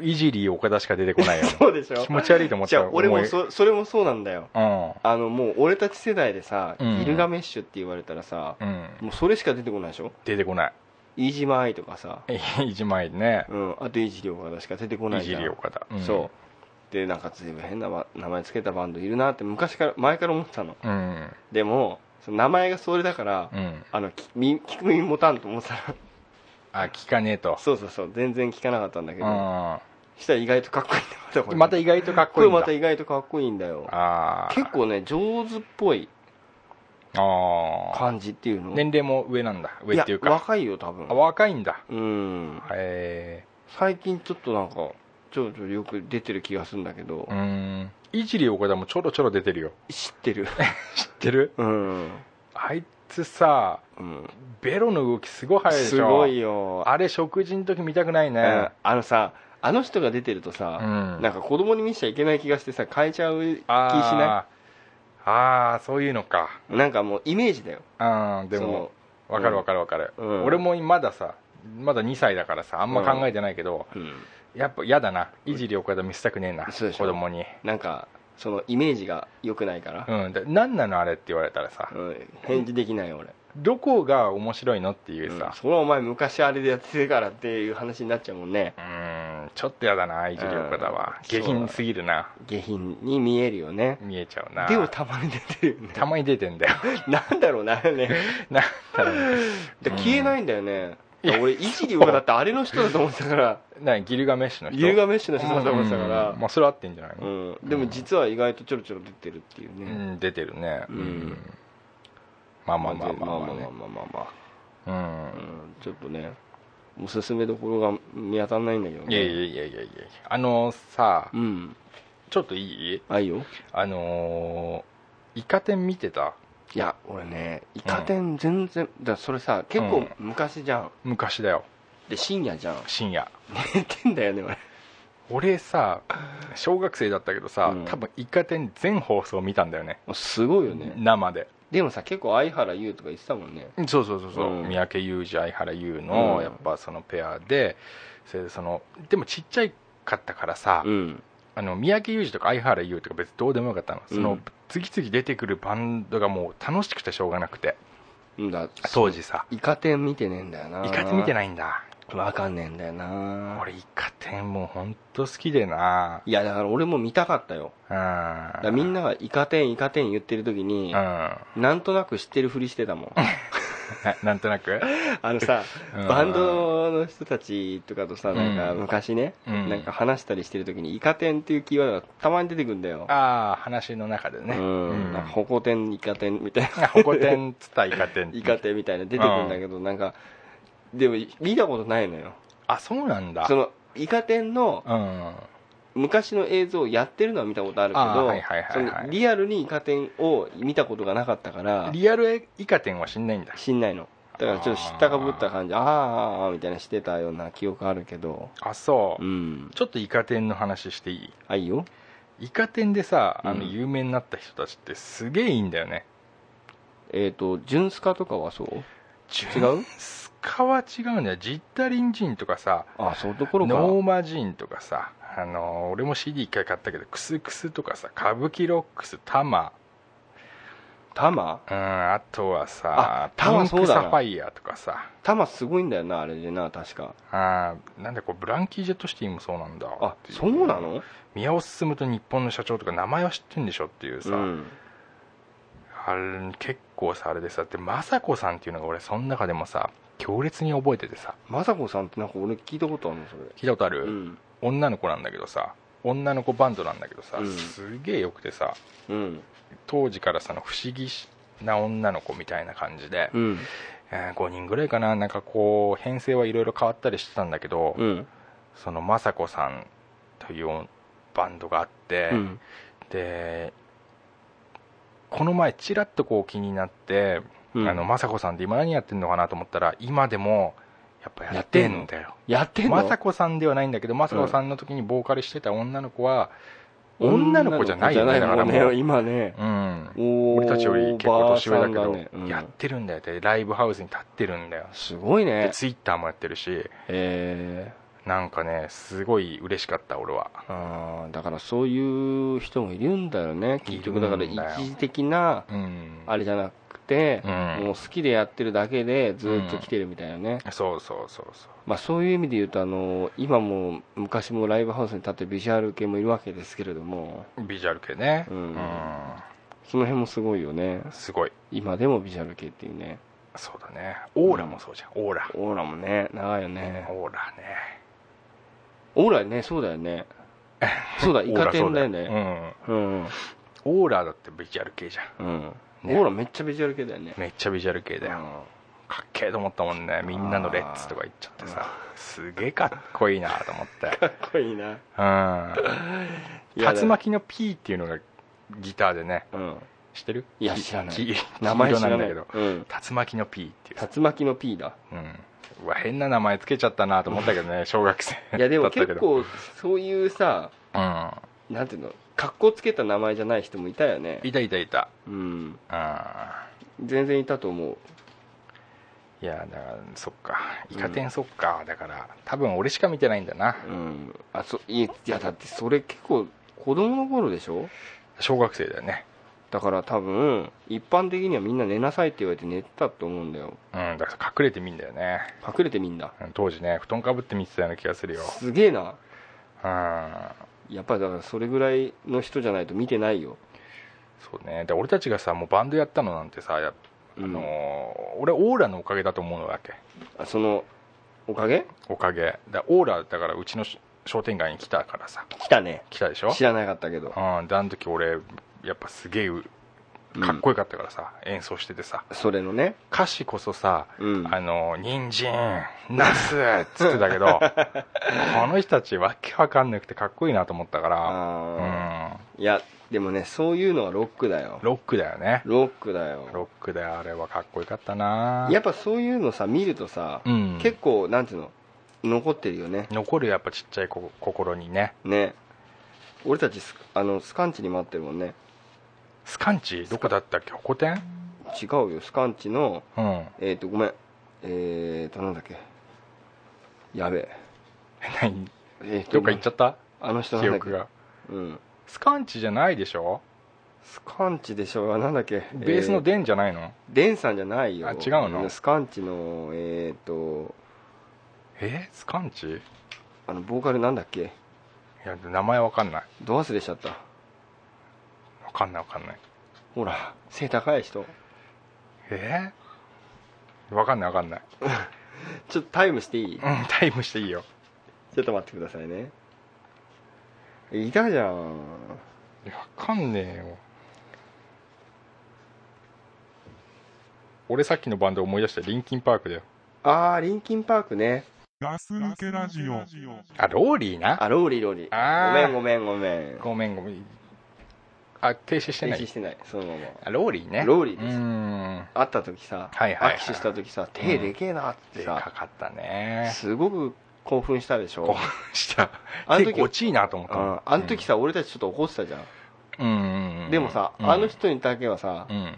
いいじり岡田しか出てこない よそうでしょ気持ち悪いと思っじたゃあ俺もうそそれもそうなんだようんあのもう俺たち世代でさ、うんギルガメッシュって言われたらさ、うんもうそれしか出てこないでしょ出てこない飯島愛とかさ、 一枚ねうん、あとイジリ岡田しか出てこないいじじゃんり岡田そうでなんか随分変なば名前つけたバンドいるなって昔から前から思ってたのうんうんでもその名前がそれだから、うんあのきみ聞く耳持たんと思ってた らあ聞かねえとそうそうそう全然聞かなかったんだけうど、んしたら意外とかっこいいんだまたこれまた意外とかっここいれいんだまた意外とかっこいいんだよあー結構ね上手っぽいあ感じっていうーの年齢も上なんだ上っていうやか若いよ多分あ若いんだうんへ最近ちょっとなんかちょろちょろよく出てる気がするんだけどえ、うんいじり岡田もちょろちょろ出てるよ知ってる知ってるうん、あいつさうん、ベロの動きすごい速いでしょすごいよあれ食事の時見たくないうんねあのさあの人が出てるとうさ、んなんか子供に見せちゃいけない気がしてさ変えちゃう気しあーなあーそういうのかいなんかもうイメージだようんでもわかるわかるわかる、うん俺もまださまだ2歳だからさあんま考えてないけど、その、うんやっぱ嫌だないじり岡田見せたくねえそなう子でしょ供になんかそのイメージが良くないから、うんで何なのあれって言われたらさ、うん返事できないよ俺、どこが面白いのっていううんさそれはお前昔あれでやってるからっていう話になっちゃうもんねうんちょっと嫌だないじり岡田はうん下品すぎるな下品に見えるよね見えちゃうなでもたまに出てるよねたまに出てんだ よなんだろうなあれねなんだろうで消えないんだよね、うん俺イジリオがだってあれの人だと思ってたからなギルガメッシュの人ギルガメッシュの人だと思ってたかうらん、まあ、それは合ってんじゃないの、うんでも実は意外とちょろちょろ出てるっていううね、ん、出てるね、うんまあまあまあまあまあまあねまあまあまうあ、うんん、ちょっとねおすすめどころが見当たらないんだけどねいやいやいやいやいやあのさうんちょっといいあいいよあのーイカ天見てたいや俺ねイカ天全然、だからそれさ結構昔じゃん、昔だよで深夜 じゃん深夜寝てんだよね俺俺さ小学生だったけどさ、うん多分イカ天全放送見たんだよねもうすごいよね生ででもさ結構相原優とか言ってたもんねそうそうそうそう、うん三宅裕二相原優のうんやっぱそのペアでそれでそのでもちっちゃいかったからさ、うんあの三宅裕二とか相原優とか別にどうでもよかったのその、うん次々出てくるバンドがもう楽しくてしょうがなくてうんだ当時さイカ天見てねえんだよなイカ天見てないないんだわかんねえんだよな俺イカ天もうほんと好きでないやだから俺も見たかったよだからうんみんながイカ天イカ天言ってる時に、うんな なんとなく知ってるふりしてたもんなんと なくあのさうんバンドの人たちとかとさなんかうん昔ね、うんなんか話したりしてる時にイカ天っていうキーワードがたまに出てくるんだよ、ああ話の中でねうんなんかホコ天イカ天みたいなほこ天っつったらイカ天イカ天みたいなの出てくるんだけど、なんかでも見たことないのよあそうなんだそのイカ天のうん昔の映像をやってるのは見たことあるけあーはいどはいはそいはいのリアルにイカ天を見たことがなかったからリアルイカ天は知んないんだ知んないのだからちょっと知ったかぶった感じあーあーあーみたいなしてたような記憶あるけどあそうう、んちょっとイカ天の話していいあいいよイカ天でさあのうん有名になった人たちってすげえいいんだよね、えっ、とジュンスカとかはそう違違 ううスカは違うんだよジッタリンジンとかさあそういうところかノーマジンとかさあのー俺も CD1 回買ったけどクスクスとかさ歌舞伎ロックスタマタマうんあとはさあタマピンそクうだなサファイアとかさタマすごいんだよなあれでな確かあーなんだこれブランキー・ジェット・シティもそうなんだあっていそうなの宮尾進と日本の社長とか名前は知ってんでしょっていうさ、うんあれ結構さあれでさで雅子さんっていうのが俺その中でもさ強烈に覚えててさ雅子さんってなんか俺聞いたことあるのそれ聞いたことある、うん女の子なんだけどさ女の子バンドなんだけどさ、うんすげえよくてさうん当時からその不思議な女の子みたいな感じで、うんえ5人ぐらいかななんかこう編成はいろいろ変わったりしてたんだけど、うんその雅子さんというバンドがあって、うんでこの前ちらっとこう気になって、うんあの雅子さんって今何やってんのかなと思ったら今でもやっぱやってんだよやってんの雅子さんではないんだけど雅子さんの時にボーカルしてた女の子は、女女のの子子じじゃゃななよいいねよねだからだからももう今ねうん、俺俺たちより結構年上だけど、うん、やってるんだよってライブハウスに立ってるんだよ、すごいでねツイッターもやってるしえなんかねすごい嬉しかった俺はー、あーだからそういう人もいるんだよね結局だからいるんだよ一時的なうんあれじゃなくて、うんもう好きでやってるだけでずっと来てるみたいなね、そうそうそうそうまあ、そういう意味で言うとあの今も昔もライブハウスに立ってるビジュアル系もいるわけですけれどもビジュアル系ね、うんうその辺もすごいよねんすごい今でもビジュアル系っていうねそうだねオーラもそうじゃんオーラ、オーラもね長いよねオーラねオーラねそうだよね そうだイカ天だよねうんオーラそうだようんオーラだってビジュアル系じゃんうんオねーラめっちゃビジュアル系だよねめっちゃビジュアル系だよ、かっけえと思ったもんねみんなのレッツとか言っちゃってさすげえかっこいいなと思ってかっこいいなうん竜巻の P っていうのがギターでねうん知ってるいや知らないき名前黄知色らなんないけだけどど、うん、竜巻の P っていう竜巻の P だうんうわ変な名前つけちゃったなと思ったけど ね小学生いやでだもったけ結ど構そういうさうんなんていうの格好つけた名前じゃない人もいたよねいたいたいたうんうん全然いたと思ういやだからそっかイカ天そっか、だから多分俺しか見てないんだなうんあそいいやだってそれ結構子供の頃でしょ小学生だよねだから多分一般的にはみんな寝なさいって言われて寝てたと思うんだようんだから隠れて見んだよね隠れてみんなうん当時ね布団かぶって見てたような気がするよすげえなうんやっぱりだからそれぐらいの人じゃないと見てないよそうねで俺たちがさもうバンドやったのなんてさやあのー俺オーラのおかげだと思うわけあそのおかげおかげだオーラだからうちのし商店街に来たからさ来たね来たでしょ知らなかったけどうんであの時俺やっぱすげえうかっこよかったからさ、演奏しててさそれのね歌詞こそさうんあの人参ナスっつってた けどこの人たちわけわかんなくてかっこいいなと思ったからうああ、んいやでもねそういうのはロックだよロックだよねロックだよロックであれはかっこよかったなやっぱそういうのさ見るとさ、うん結構なんていうの残ってるよね残るやっぱちっちゃいこ心にねね俺たちスあのスカンチに待ってるもんねスカンチどこだったっけホコ天違うよスカンチのうんえっ、とごめんえっ、となんだっけやべえ何えーとどっか行っちゃったあの人なん記だっ憶けがうんスカンチじゃないでしょスカンチでしょあなんだっけベースのデ,、デンじゃないのえーデンさんじゃないよあ違うのスカンチのえっ、とえスカンチいあのボーカルなんだっけや名前わかんないド忘れしちゃったわかんないわかんないほら背高い人えーわかんないわかんないちょっとタイムしていいうんタイムしていいよちょっと待ってくださいねいたじゃんいやわかんねえよ俺さっきのバンド思い出したリンキンパークだよあーリンキンパークねガス抜けラジオ。あローリーなあローリーローリーあーごめんごめんごめんごめんごめんあ停止して停ない止してないそのままあローリーねローリーですうーん会った時さ、はいはいはい握手した時さ手でけえなっでてかさ、かったねすごく興奮したでしょ興奮したあの時手ごちいなと思っうたもんんあの時さ、俺たちちょっと怒ってたじゃん、うんうんうんでもさ、うんあの人にだけはさ、うん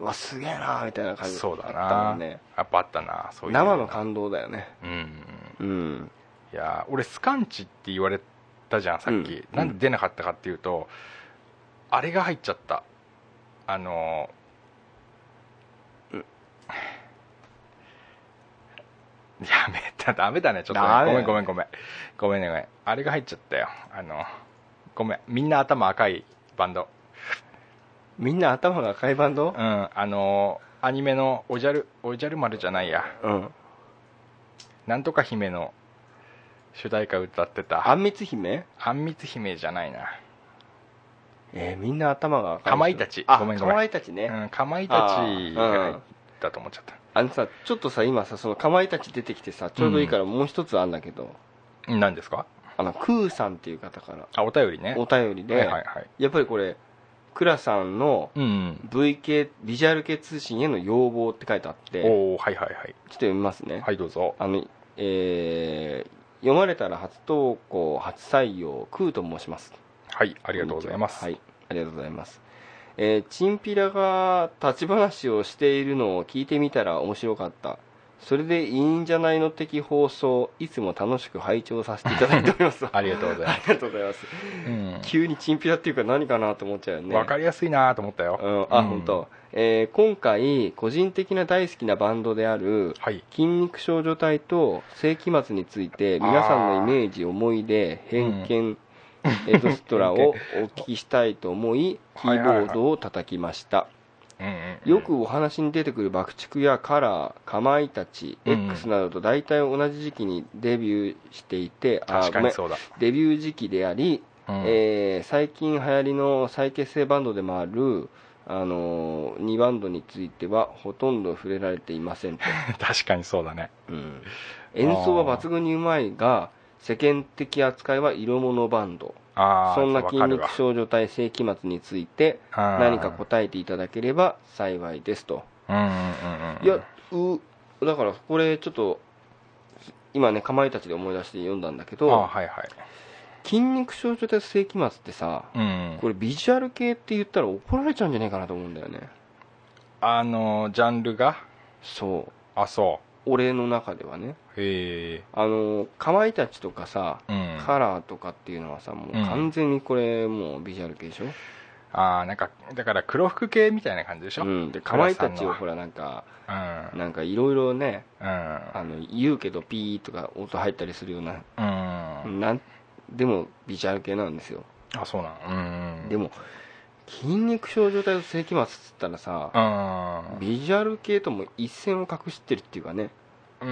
うわすげえなーみたいな感じそうだあったもなんねやっぱあったなそういう生の感動だよねうんうんいや俺スカンチって言われたじゃんさっきうんなんで出なかったかっていうとあれが入っちゃったあのやめたダメだねちょっとダねメごめんごめんごめんごめんねごめんあれが入っちゃったよあのごめんみんな頭赤いバンドみんな頭が赤いバンドうんあのアニメのおじゃるおじゃる丸じゃないやうんなんとか姫の主題歌歌ってあたんみつ姫あんみつ姫じゃないなえーみんな頭が赤い人かまいたちあごめんごめんかまいたちね、うん、かまいたちが入ったと思っちゃった、あのさちょっとさ今さそのかまいたち出てきてさちょうどいいからもう一つあんだけど、うん、何ですかあのクーさんっていう方からあお便りねお便りで、はいはいはいやっぱりこれ倉さんのうん、 V 系ビジュアル系通信への要望って書いてあってちょっおおはいはいはいと読みますね、はいどうぞあのえー読まれたら初投稿初採用クーと申しますはいあありがとうございます、はい、ありがとうございます。えーチンピラが立ち話をしているのを聞いてみたら面白かった。それでいいんじゃないの的放送、いつも楽しく拝聴させていただいております。 ありがとうございますありがとうございます。う急にチンピラっていうか何かなと思っちゃうよんね。わかりやすいなと思ったよ、うん、あ、うん本当。えー今回、個人的な大好きなバンドである、はい筋肉少女隊と世紀末について皆さんのイメージ思い出偏見 エドストラをお聞きしたいと思いキはいーはいはいボードを叩きましたうんうんうんよくお話に出てくる爆竹やカラーかまいたちうん X などと大体同じ時期にデビューしていてあ確かごめにんそうだ、デビュー時期でありうんえー最近流行りの再結成バンドでもあるあの2バンドについてはほとんど触れられていませんと 確かにそうだねうん演奏は抜群にうまいが世間的扱いは色物バンドああそんな筋肉少女体世紀末について何か答えていただければ幸いですとうんうんうんうんいやうだからこれちょっと今ねかまいたちで思い出して読んだんだけああどはいはい筋肉少女体世紀末ってさうんこれビジュアル系って言ったら怒られちゃうんじゃないかなと思うんだよねあのジャンルがそうあそ俺の中ではねうへえあのかまいたちとかさうんカラーとかっていうのはさもううん完全にこれもうビジュアル系でしょ、ああなんかだから黒服系みたいな感じでしょ、うん、でか倉まいさたんのちをほらなんかうんなんかいろいろねうんあの言うけどピーとか音入ったりするようなうんなんでもビジュアル系なんですよあそうなんうんでも筋肉症状態と世紀末っつったらさうビジュアル系とも一線を画してるっていうかねんう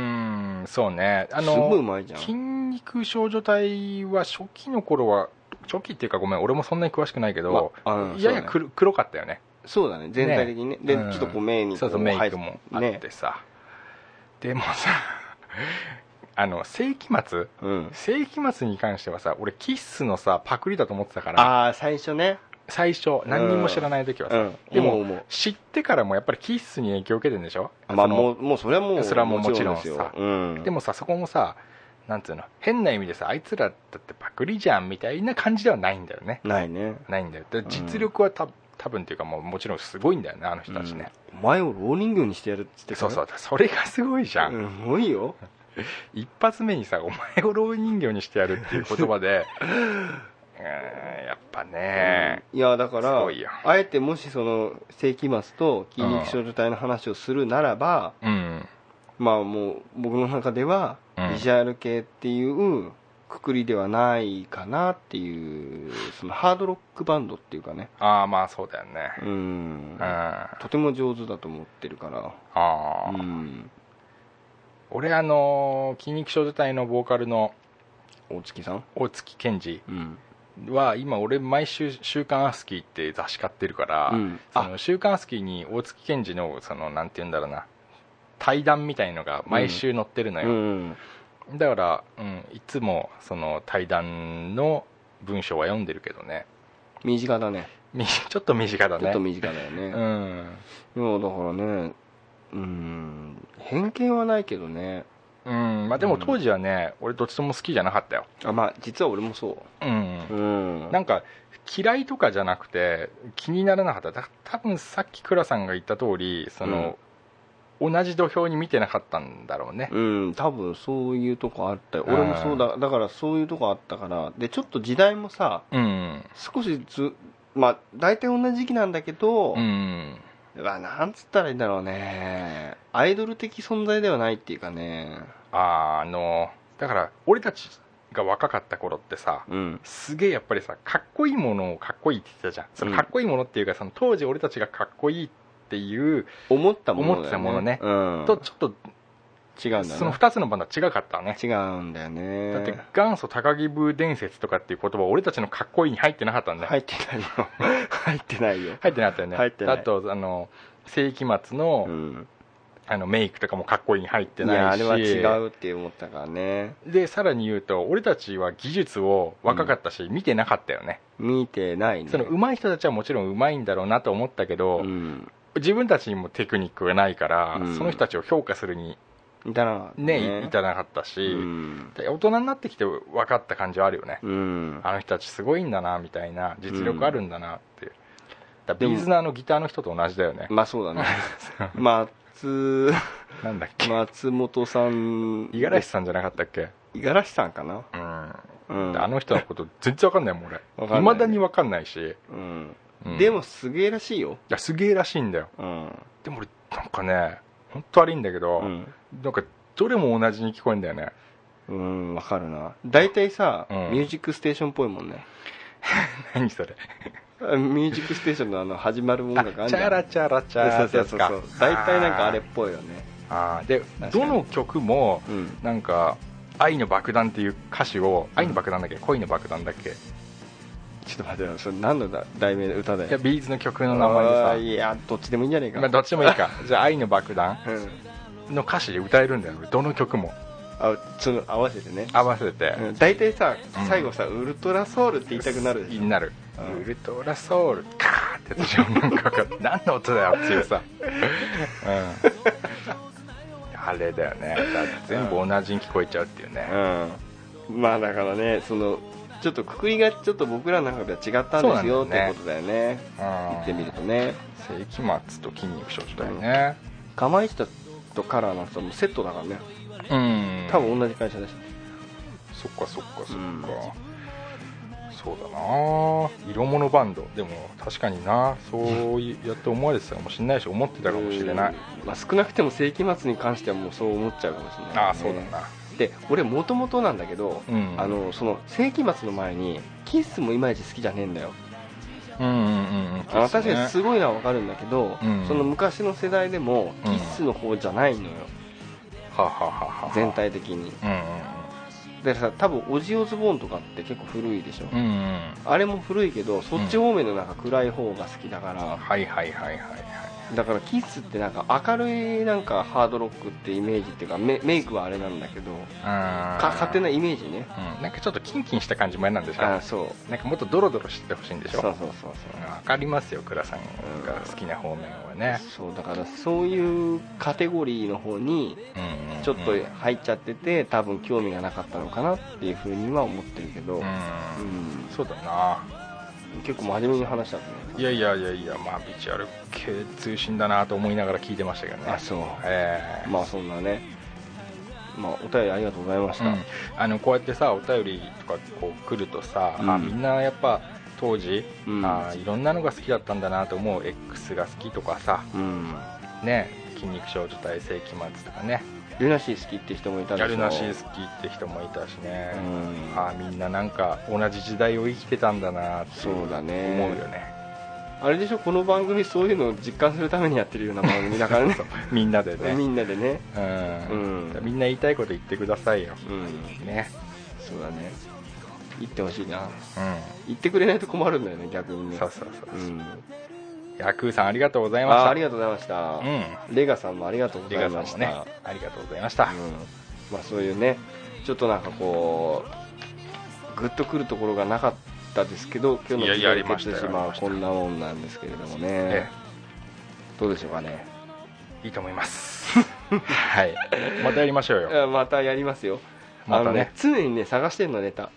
んそうねあすごいうのまいじゃん筋肉少女隊は初期の頃は初期っていうかごめん俺もそんなに詳しくないけど、まあうんそやうやね黒黒かったよねそうだね全体的にねでちうょんっとこう目にこそうそうメ入イっクもあってねさ、でもさ あの世紀末うん世紀末に関してはさ俺キッスのさパクリだと思ってたからああ最初ね最初何人も知らない時はうさ、んでも思う思う知ってからもやっぱりキッスに影響を受けてるんでしょまあそのもうもうそれはもうそれはもうもちろんですよさうん、でもさそこもさなんつうの変な意味でさあいつらだってパクリじゃんみたいな感じではないんだよねないねないんだよで実力はた多分っていうかもうもちろんすごいんだよねあの人たちね、お前を老人形にしてやるっつってそうそうそれがすごいじゃん、うんすごいよ一発目にさ「お前を老人形にしてやる」っていう言 葉でうーんやっぱねいやだかすらごいよあえてもしその世紀末と筋肉少女体の話をするならば、うんまあもう僕の中ではうんビジュアル系っていうくくりではないかなっていうそのハードロックバンドっていうかねああまあそうだよねううんんあとても上手だと思ってるかあら、うん、俺あのー筋肉少女隊のボーカルの大月さん、大月健二うんは今俺毎週「週刊アスキー」って雑誌買ってるから、うんその週刊アスキーに大月健二のそのなんて言うんだろうな対談みたいのが毎週載ってるのうよ、ん、だから、うん、いつもその対談の文章は読んでるけどね身近だねみ ちょっと身近だちょっねと身近だよね、うんいやだからねうん偏見はないけどねうんまあでも当時はね、俺どっちとも好きじゃなかったよあまあ実は俺もそううんうんなんか嫌いとかじゃなくて気にならなかっただ多分さっき倉さんが言った通りその、同じ土俵に見てなかったんだろうねうん多分そういうとこあったようん俺もそうだだからそういうとこあったからでちょっと時代もさうん少しずまあ大体同じ時期なんだけど、うんまあなんつったらいいんだろうねアイドル的存在ではないっていうかねあのだから俺たちが若かった頃ってさ、うんすげえやっぱりさかっこいいものをかっこいいって言ってたじゃんそのかっこいいものっていうかその当時俺たちがかっこいいっていう思ったものだよ、ね、思ってたものねうん、とちょっと違うんだそのよね2つのバンドは違かったね違うんだよねだって元祖高木部伝説とかっていう言葉俺たちのかっこいいに入ってなかったんだよ、入ってないよ 入ってないよ入ってなかったよね入ってないあとあの世紀末うのんあのメイクとかもかっこいいに入っていやなあいしれは違うって思ったからねでさらに言うと俺たちは技術を若かったし、見てなかったよね見てないねその上手い人たちはもちろん上手いんだろうなと思ったけど、うん自分たちにもテクニックがないから、うんその人たちを評価するにいたなねいたなかったうし、ん、で大人になってきて分かった感じはあるよね、うん、あの人たちすごいんだなみたいな実力あるんだなっていう、だでビもーズナーのギターの人と同じだよね、まあそうだね松 なんだっけ松本さん五十嵐さんじゃなかったっけ五十嵐さんかなうんうんであの人のこと全然わかんないもんわかん俺ないいまだにわかんないし、うんうんでいもすげえらしいよやすげえらしいんだようん、でも俺なんかね本当悪いんだけど、うんなんかどれも同じに聞こえんだよね うん、わかるな大体さ、うんミュージックステーションっぽいもんね何それあミュージックステーションのあの始まる音あ楽あんチじゃャんラチャラチャそラうってそやうつそうかそう大体なんかあれっぽいよねあーでかにどの曲もうんなんか「愛の爆弾」っていう歌詞を「愛の爆弾」だっけ恋の爆弾だっけいちょっと待ってよそれ何のだ題名の歌だよやビーズの曲の名前あーでいやどっちでもいいんじゃねえさか、まあどっちでもいいかじゃあ「愛の爆弾うん、」の歌詞で歌えるんだよ俺どの曲もあその合わせてね合わせてうん大体さうん最後さ、ウルトラソウルって言いたくなるでしになるうんウルトラソウルカーってやつでしょなんかこう何の音だよっていうさ、うん、あれだよねだって全部同じに聞こえちゃうっていうね、ょ、うん、まあだからねそのちょっとくくりがちょっと僕らの中では違ったんですよそうなんってだよねことだよねうん言ってみるとね世紀末と筋肉少女だよねかまいたちとカラーの人もセットだからねうん多分同じ会社でしそっかそっかそっか、うんそうだな色物バンドでも確かになそういやって思われてたかもしれないし思ってたたかもしれない、うんまあ、少なくても世紀末に関してはもうそう思っちゃうかもしれない、ああそうだなで俺もともとなんだけど、うんあのその世紀末の前にキッスもいまいち好きじゃねえんだようんうんうんうんあの確かにすごいのはわかるんだけど、うんその昔の世代でもうキんッスの方じゃないのよ、はははは全体的にうんだからさ多分オジオズボーンとかって結構古いでしょ、うんうんうんうんあれも古いけどそっち方面のなんか暗い方が好きだから、はいはいはいはいはいだからキッスってなんか明るいなんかハードロックってイメージっていうかメメイクはあれなんだけどあか勝手なうイメージねん、なんかちょっとキンキンした感じも嫌なんでしょあそうなんかもっとドロドロしてほしいんでしそうょそうそうそうわかりますよ倉さんが好きな方面はね、そうだからそういうカテゴリーの方にうんうんうんちょっと入っちゃってて多分興味がなかったのかなっていうふうには思ってるけど、うんうんそうだな結構真面目に話したんだいねやいやいやいやまあビジュアル系通信だなと思いながら聞いてましたけどねあそうええまあそんなねまあお便りありがとうございました、うんあのこうやってさお便りとかこう来るとさ、うんあみんなやっぱ当時、うんあいろんなのが好きだったんだなと思う X が好きとかさうんね筋肉少女体世紀末とかねルナシー好きって人もいたギでしょャルなし好きって人もいたしね、うんあみんななんか同じ時代を生きてたんだなってそうだね思うよねあれでしょこの番組そういうのを実感するためにやってるような番組だから ねみんなでねみんなでねうんうんみんな言いたいこと言ってくださいようんねそうだね行ってほしいなう行ってくれないと困るんだよね逆にんねそうそうそううんヤクーさんありがとうございましたあありがとうございました、うレガさんもありがとうごリざいガさまんしもたねありがとうございましたうんまあ、そういうねちょっとなんかこうグッとくるところがなかったですけど今日いのやいやありまししたよてしあまりうましたこんなもんなんですけれどもねえどうでしょうかねえいいと思います はいまたやりましょうよあまたやりますよまたねあの常にね探してんのネタ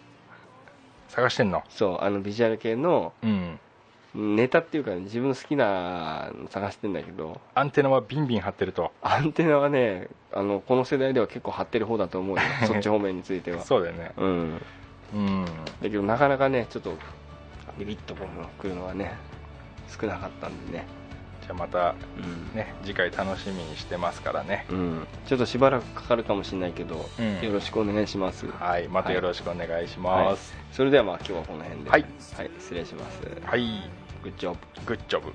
探してんのそうあのビジュアル系のうんネタっていうか、ね、自分の好きなの探してんだけどアンテナはビンビン張ってるとアンテナはねあのこの世代では結構張ってる方だと思うよ そっち方面についてはそうだよねうんうんだけどなかなかねちょっとビビッとこの来るのはね少なかったんでねじゃあまたうんね次回楽しみにしてますからねうん、ちょっとしばらくかかるかもしれないけど、うんよろしくお願いします、はいまたよろしくお願いしますそれではまあ今日はこの辺ではいはい、失礼しますはいグッジョブグッジョブ